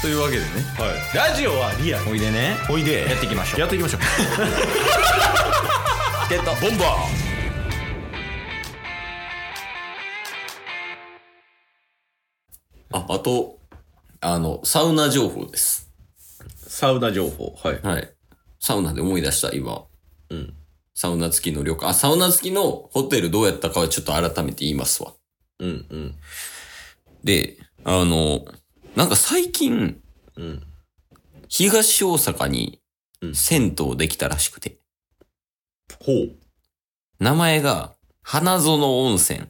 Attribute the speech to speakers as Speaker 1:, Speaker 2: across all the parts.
Speaker 1: というわけでね
Speaker 2: はい、ラジオはリアル
Speaker 1: おいでね
Speaker 2: おいで
Speaker 1: やっていきましょう
Speaker 2: やっていきましょう
Speaker 1: ゲットボンバーあ、あと、あの、サウナ情報です。
Speaker 2: サウナ情報はい
Speaker 1: はい。サウナで思い出した、今。
Speaker 2: うん。
Speaker 1: サウナ付きの旅館。あ、サウナ付きのホテルどうやったかはちょっと改めて言いますわ。
Speaker 2: うんうん
Speaker 1: で、あの、なんか最近、
Speaker 2: うん
Speaker 1: 東大阪に
Speaker 2: うん
Speaker 1: 銭湯できたらしくて。
Speaker 2: ほう
Speaker 1: 名前が、花園温泉、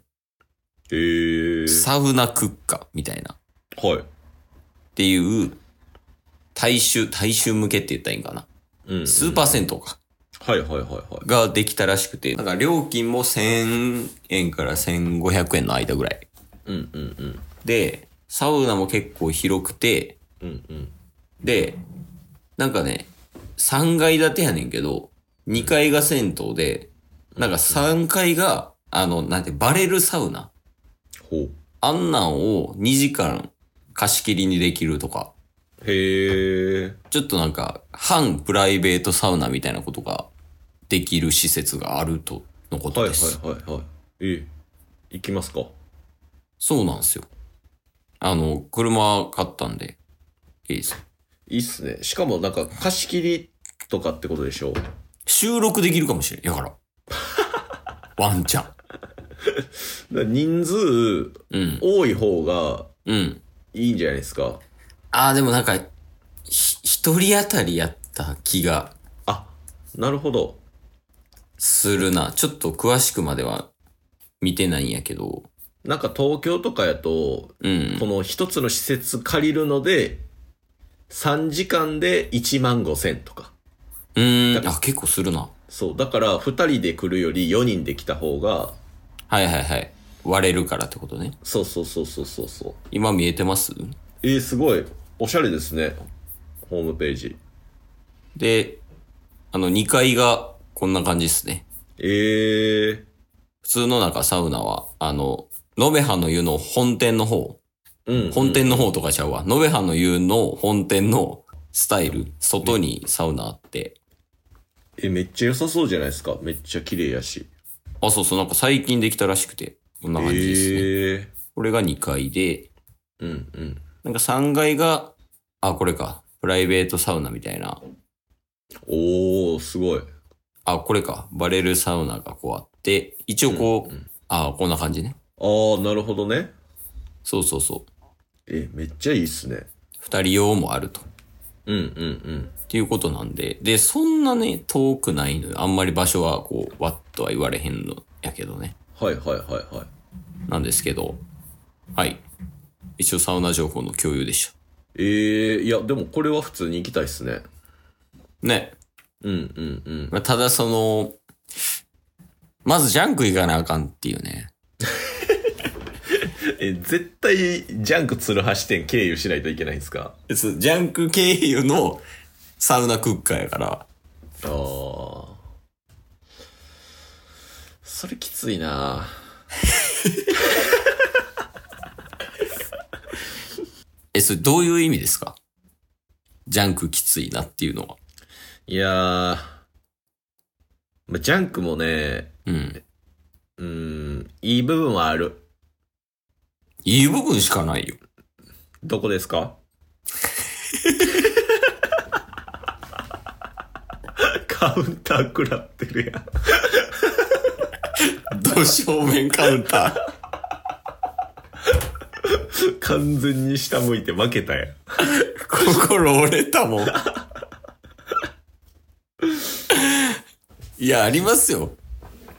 Speaker 2: へえ
Speaker 1: サウナクッカみたいな。
Speaker 2: はい
Speaker 1: っていう、大衆、大衆向けって言ったらいいんかな。
Speaker 2: うん
Speaker 1: スーパー銭湯か。
Speaker 2: はいはいはいはい
Speaker 1: ができたらしくて、なんか料金も1000円から1500円の間ぐらい。
Speaker 2: うんうんうん
Speaker 1: で、サウナも結構広くて、
Speaker 2: うんうん
Speaker 1: で、なんかね、3階建てやねんけど、2階が銭湯で、なんか3階が、あの、なんて、バレルサウナ。
Speaker 2: ほ
Speaker 1: あんなんを2時間貸し切りにできるとか、
Speaker 2: うへえ
Speaker 1: ちょっとなんか、反プライベートサウナみたいなことができる施設があるとのこ
Speaker 2: は
Speaker 1: と
Speaker 2: いはい
Speaker 1: です。
Speaker 2: はいはいえ行きますか
Speaker 1: そうなんですよ。あの、車買ったんで、いいです。
Speaker 2: いいっすねしかもなんか貸し切りとかってことでしょ
Speaker 1: 収録できるかもしれん。や から。ワンチャン。
Speaker 2: だから人数
Speaker 1: うん。
Speaker 2: 多い方が
Speaker 1: うん。
Speaker 2: いいんじゃないですか
Speaker 1: ああ、でもなんか、ひ一人当たりやった気が
Speaker 2: あなるほど
Speaker 1: するな。ちょっと詳しくまでは見てないんやけど。
Speaker 2: なんか東京とかやと
Speaker 1: うん。
Speaker 2: この一つの施設借りるので、3時間で1万5千とか。
Speaker 1: うーん。あ、結構するな。
Speaker 2: そう。だから、2人で来るより4人で来た方が、
Speaker 1: はいはいはい。割れるからってことね。
Speaker 2: そうそうそうそうそうそう。
Speaker 1: 今見えてます
Speaker 2: えー、すごい。おしゃれですね。ホームページ。
Speaker 1: で、あの、2階がこんな感じですね。
Speaker 2: えー、
Speaker 1: 普通の中サウナは、あの、ノベハの湯の本店の方、
Speaker 2: うん。
Speaker 1: 本店の方とかちゃうわ。ノベハの湯の本店のスタイル、外にサウナあって。
Speaker 2: え、めっちゃ良さそうじゃないですか。めっちゃ綺麗やし。
Speaker 1: あ、そうそう、なんか最近できたらしくて、こんな
Speaker 2: え
Speaker 1: 感じですね。
Speaker 2: ー、
Speaker 1: これが2階で、
Speaker 2: うんうん。
Speaker 1: なんか3階が、あ、これか、プライベートサウナみたいな。
Speaker 2: おー、すごい。
Speaker 1: あ、これか、バレルサウナがこうあって、一応こう、あ、こんな感じね。
Speaker 2: あー、なるほどね。
Speaker 1: そうそうそう。
Speaker 2: え、めっちゃいいっすね。
Speaker 1: 二人用もあると。
Speaker 2: うんうんうん。
Speaker 1: っていうことなんで。で、そんなね、遠くないのよ。あんまり場所はこう、わっとは言われへんのやけどね。
Speaker 2: はいはいはいはい。
Speaker 1: なんですけど。はい。一応サウナ情報の共有でし
Speaker 2: ええいや、でもこれは普通に行きたいっすね。
Speaker 1: た。ね。
Speaker 2: うんうんうん。
Speaker 1: まあただその、まずジャンク行かなあかんっていうね。
Speaker 2: え、絶対、ジャンク鶴橋店経由しないといけないんですか
Speaker 1: そうジャンク経由のサウナクッカーやから。
Speaker 2: ああ。それきついな
Speaker 1: え、それどういう意味ですかジャンクきついなっていうのは。
Speaker 2: いやー、まあ、ジャンクもね、
Speaker 1: うん。
Speaker 2: うーん、いい部分はある。
Speaker 1: いい部分しかないよ。
Speaker 2: どこです かカウンター食らってるやん。
Speaker 1: ど正面カウンター。
Speaker 2: 完全に下向いて負けたやん。
Speaker 1: 心折れたもん。いや、ありますよ。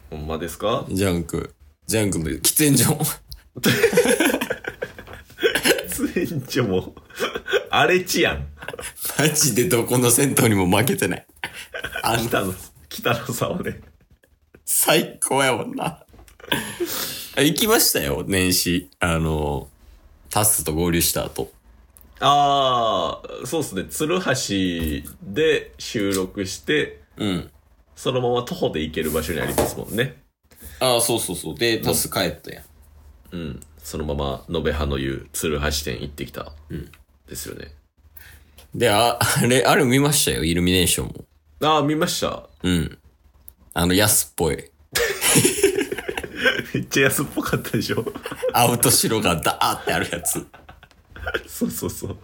Speaker 2: ほんまですか
Speaker 1: ジャンク。ジャンクの喫煙所。
Speaker 2: 喫煙所も荒れ地やん
Speaker 1: マジでどこの銭湯にも負けてない。あんた、
Speaker 2: 北の北の沢で
Speaker 1: 最高やもんな。行きましたよ、年始。あの、タスと合流した後。
Speaker 2: ああそうっすね鶴橋で収録して
Speaker 1: うん。
Speaker 2: そのまま徒歩で行ける場所にありますもんね
Speaker 1: ああ、そうそうそう。で、タス帰ったやん。
Speaker 2: うんそのまま延べ葉の湯鶴橋店行ってきた、ですよね
Speaker 1: で、あ、 あれ、あれ見ましたよ、イルミネーションも。
Speaker 2: ああ、見ました。
Speaker 1: うん。あの、安っぽい。
Speaker 2: めっちゃ安っぽかったでしょ
Speaker 1: 青と白がダーってあるやつ。
Speaker 2: そうそうそう。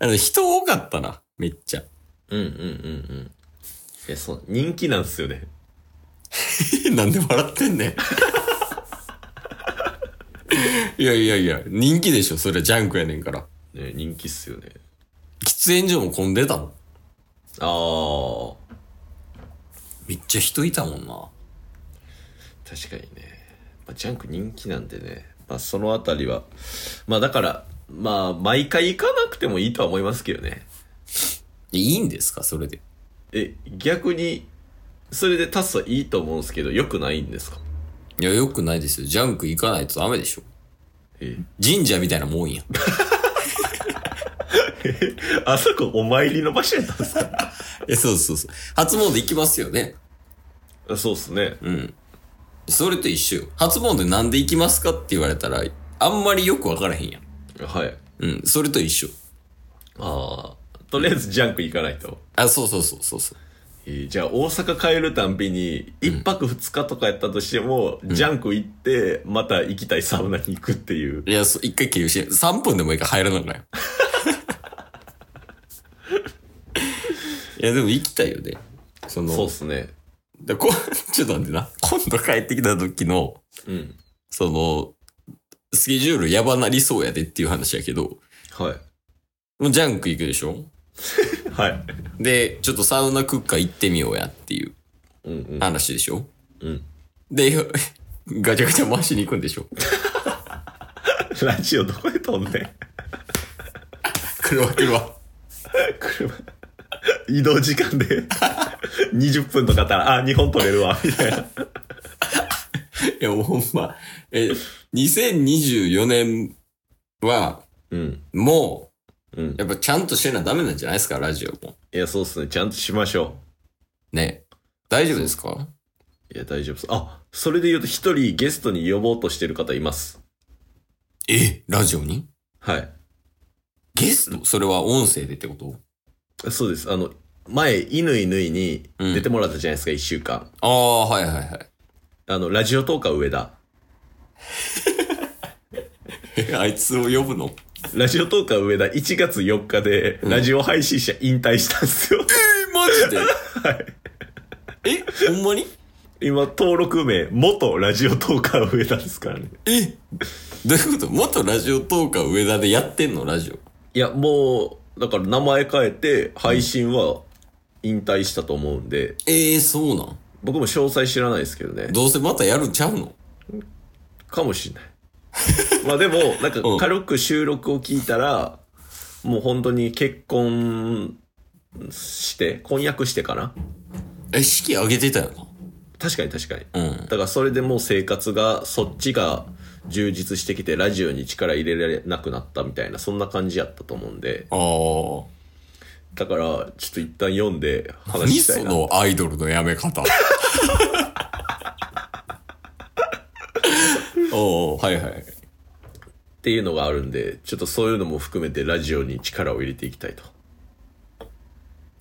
Speaker 1: あの、人多かったな、めっちゃ。
Speaker 2: うんうんうんうん。いや、そう、人気なんですよね。
Speaker 1: なんで笑ってんねん。いやいやいや、人気でしょ、それジャンクやねんから。
Speaker 2: ね人気っすよね。
Speaker 1: 喫煙所も混んでたもん。
Speaker 2: ああ、
Speaker 1: めっちゃ人いたもんな。
Speaker 2: 確かにね。まあ、ジャンク人気なんでね。まあ、そのあたりは。まあ、だから、まあ、毎回行かなくてもいいとは思いますけどね。
Speaker 1: いいんですか、それで。
Speaker 2: え、逆に、それで足すはいいと思うんですけど、良くないんですか
Speaker 1: いや、よくないですよ。ジャンク行かないとダメでしょ。
Speaker 2: え
Speaker 1: 神社みたいなもんや。
Speaker 2: あそこお参りの場所やったんですか
Speaker 1: え、 そうそうそう。初詣行きますよね。
Speaker 2: そうっすね。
Speaker 1: うん。それと一緒よ。初詣なんで行きますかって言われたら、あんまりよくわからへんやん。
Speaker 2: はい。
Speaker 1: うん。それと一緒。
Speaker 2: ああ、とりあえずジャンク行かないと。
Speaker 1: あ、そうそうそうそうそう。
Speaker 2: えーじゃあ大阪帰るたんびに、一泊二日とかやったとしても、ジャンク行って、また行きたいサウナに行くっていう。
Speaker 1: いや、そう一回切りして、3分でもいいから入らなくないいや、でも行きたいよね。その、
Speaker 2: そうっすね。
Speaker 1: でこ ちょっと待ってな。今度帰ってきた時の、
Speaker 2: うん。
Speaker 1: その、スケジュールやばなりそうやでっていう話やけど、
Speaker 2: は
Speaker 1: もうジャンク行くでしょ
Speaker 2: い。はい。
Speaker 1: で、ちょっとサウナクッカー行ってみようやっていう
Speaker 2: うんうん。
Speaker 1: 話でしょ
Speaker 2: うん。
Speaker 1: で、 ガチャガチャ回しに行くんで しょ
Speaker 2: ラジオどこで飛んでん
Speaker 1: 車、車。
Speaker 2: 車。移動時間で 20分とかあったら、あ、2本取れるわ、みたいな。
Speaker 1: いや、もうほんま。え、2024年は、
Speaker 2: うん。
Speaker 1: も
Speaker 2: うん
Speaker 1: う、。やっぱちゃんとしてなダメなんじゃないですか、ラジオも。
Speaker 2: いや、そうっすね。ちゃんとしましょ
Speaker 1: ね。大丈夫ですか
Speaker 2: う。いや、大丈夫っす。あ、それで言うと一人ゲストに呼ぼうとしてる方います。
Speaker 1: えラジオに
Speaker 2: はい。
Speaker 1: ゲストそれは音声でってこと
Speaker 2: そうです。あの、前、犬犬に
Speaker 1: うん
Speaker 2: 出てもらったじゃないですか、一、週間。
Speaker 1: ああ、はいはいはい。
Speaker 2: あの、ラジオトーカー上田。
Speaker 1: え、あいつを呼ぶの
Speaker 2: ラジオトーカー上田、1月4日で、ラジオ配信者引退したんですよ。
Speaker 1: え、マジ でえ、ほんまに
Speaker 2: 今、登録名、元ラジオトーカー上田ですからね。
Speaker 1: えどういうこと元ラジオトーカー上田でやってんのラジオ。
Speaker 2: いや、もう、だから名前変えて、配信は引退したと思うんで、
Speaker 1: ええそうなん
Speaker 2: 僕も詳細知らないですけどね。
Speaker 1: どうせまたやるんちゃうの
Speaker 2: かもしれない。まあでも、なんか
Speaker 1: うん
Speaker 2: 軽く収録を聞いたら、もう本当に結婚して、婚約してかな
Speaker 1: え、式上げてたよな。
Speaker 2: 確かに確かに。
Speaker 1: うん。
Speaker 2: だからそれでもう生活が、そっちが充実してきて、ラジオに力入れられなくなったみたいな、そんな感じやったと思うんで、
Speaker 1: ああ。
Speaker 2: だから、ちょっと一旦読んで話
Speaker 1: 何
Speaker 2: した
Speaker 1: そ
Speaker 2: いな。
Speaker 1: のアイドルのやめ 方。おおはいはい。
Speaker 2: っていうのがあるんで、ちょっとそういうのも含めてラジオに力を入れていきたいと。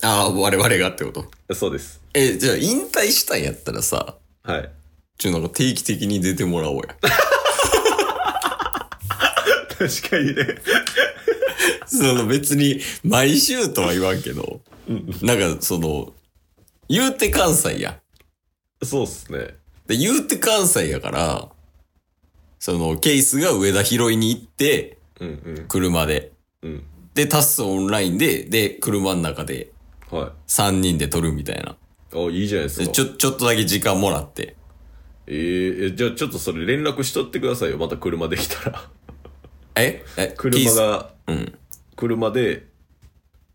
Speaker 1: ああ、我々がってこと。
Speaker 2: そうです。
Speaker 1: え、じゃあ引退したんやったらさ、
Speaker 2: はい。
Speaker 1: ちょ、なんか定期的に出てもらおうや。
Speaker 2: 確かにね。
Speaker 1: その別に毎週とは言わんけど、なんかその、言うて関西や。
Speaker 2: そうっすね。
Speaker 1: で、言うて関西やから、そのケースが上田拾いに行って、
Speaker 2: うんうん
Speaker 1: 車で。
Speaker 2: うん。
Speaker 1: で、タッスオンラインで、で、車の中で
Speaker 2: はい。
Speaker 1: 3人で撮るみたいな。
Speaker 2: あ、いいじゃないです
Speaker 1: で
Speaker 2: か。
Speaker 1: ちょ、ちょっとだけ時間もらって。
Speaker 2: えーえじゃあちょっとそれ連絡しとってくださいよ。また車できたら。
Speaker 1: ええ
Speaker 2: 車。が、
Speaker 1: ケースうん。
Speaker 2: 車で、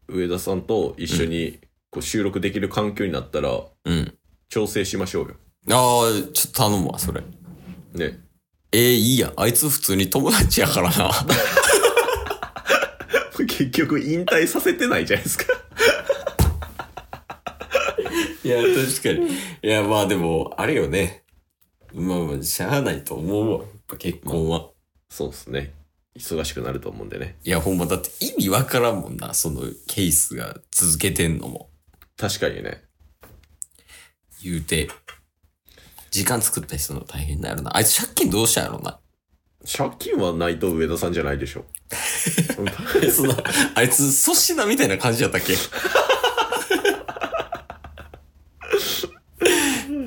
Speaker 2: 上田さんと一緒にこう収録できる環境になったら、
Speaker 1: うん。
Speaker 2: 調整しましょうよ。
Speaker 1: ああ、ちょっと頼むわ、それ。
Speaker 2: ね。
Speaker 1: えー、いいやん。あいつ普通に友達やからな。
Speaker 2: 結局引退させてないじゃないですか。
Speaker 1: いや、確かに。いや、まあでも、あれよね。まあまあ、しゃあないと思うわ。やっぱ結婚は。
Speaker 2: そうっすね。忙しくなると思うんでね。
Speaker 1: いや、ほんま、だって意味わからんもんな、そのケースが続けてんのも。
Speaker 2: 確かにね。
Speaker 1: 言うて。時間作った人の大変だよな。あいつ借金どうしたんやろな。
Speaker 2: 借金はないと上田さんじゃないでしょ。
Speaker 1: その、あいつ粗品みたいな感じやったっけ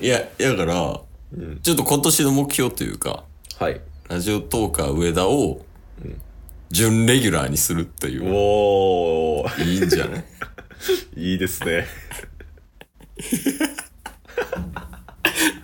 Speaker 1: いや、やから、
Speaker 2: うん。
Speaker 1: ちょっと今年の目標というか、
Speaker 2: はい。
Speaker 1: ラジオトーカー上田を、準レギュラーにするという。
Speaker 2: おー、
Speaker 1: いいんじゃない
Speaker 2: いいですね。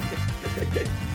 Speaker 3: す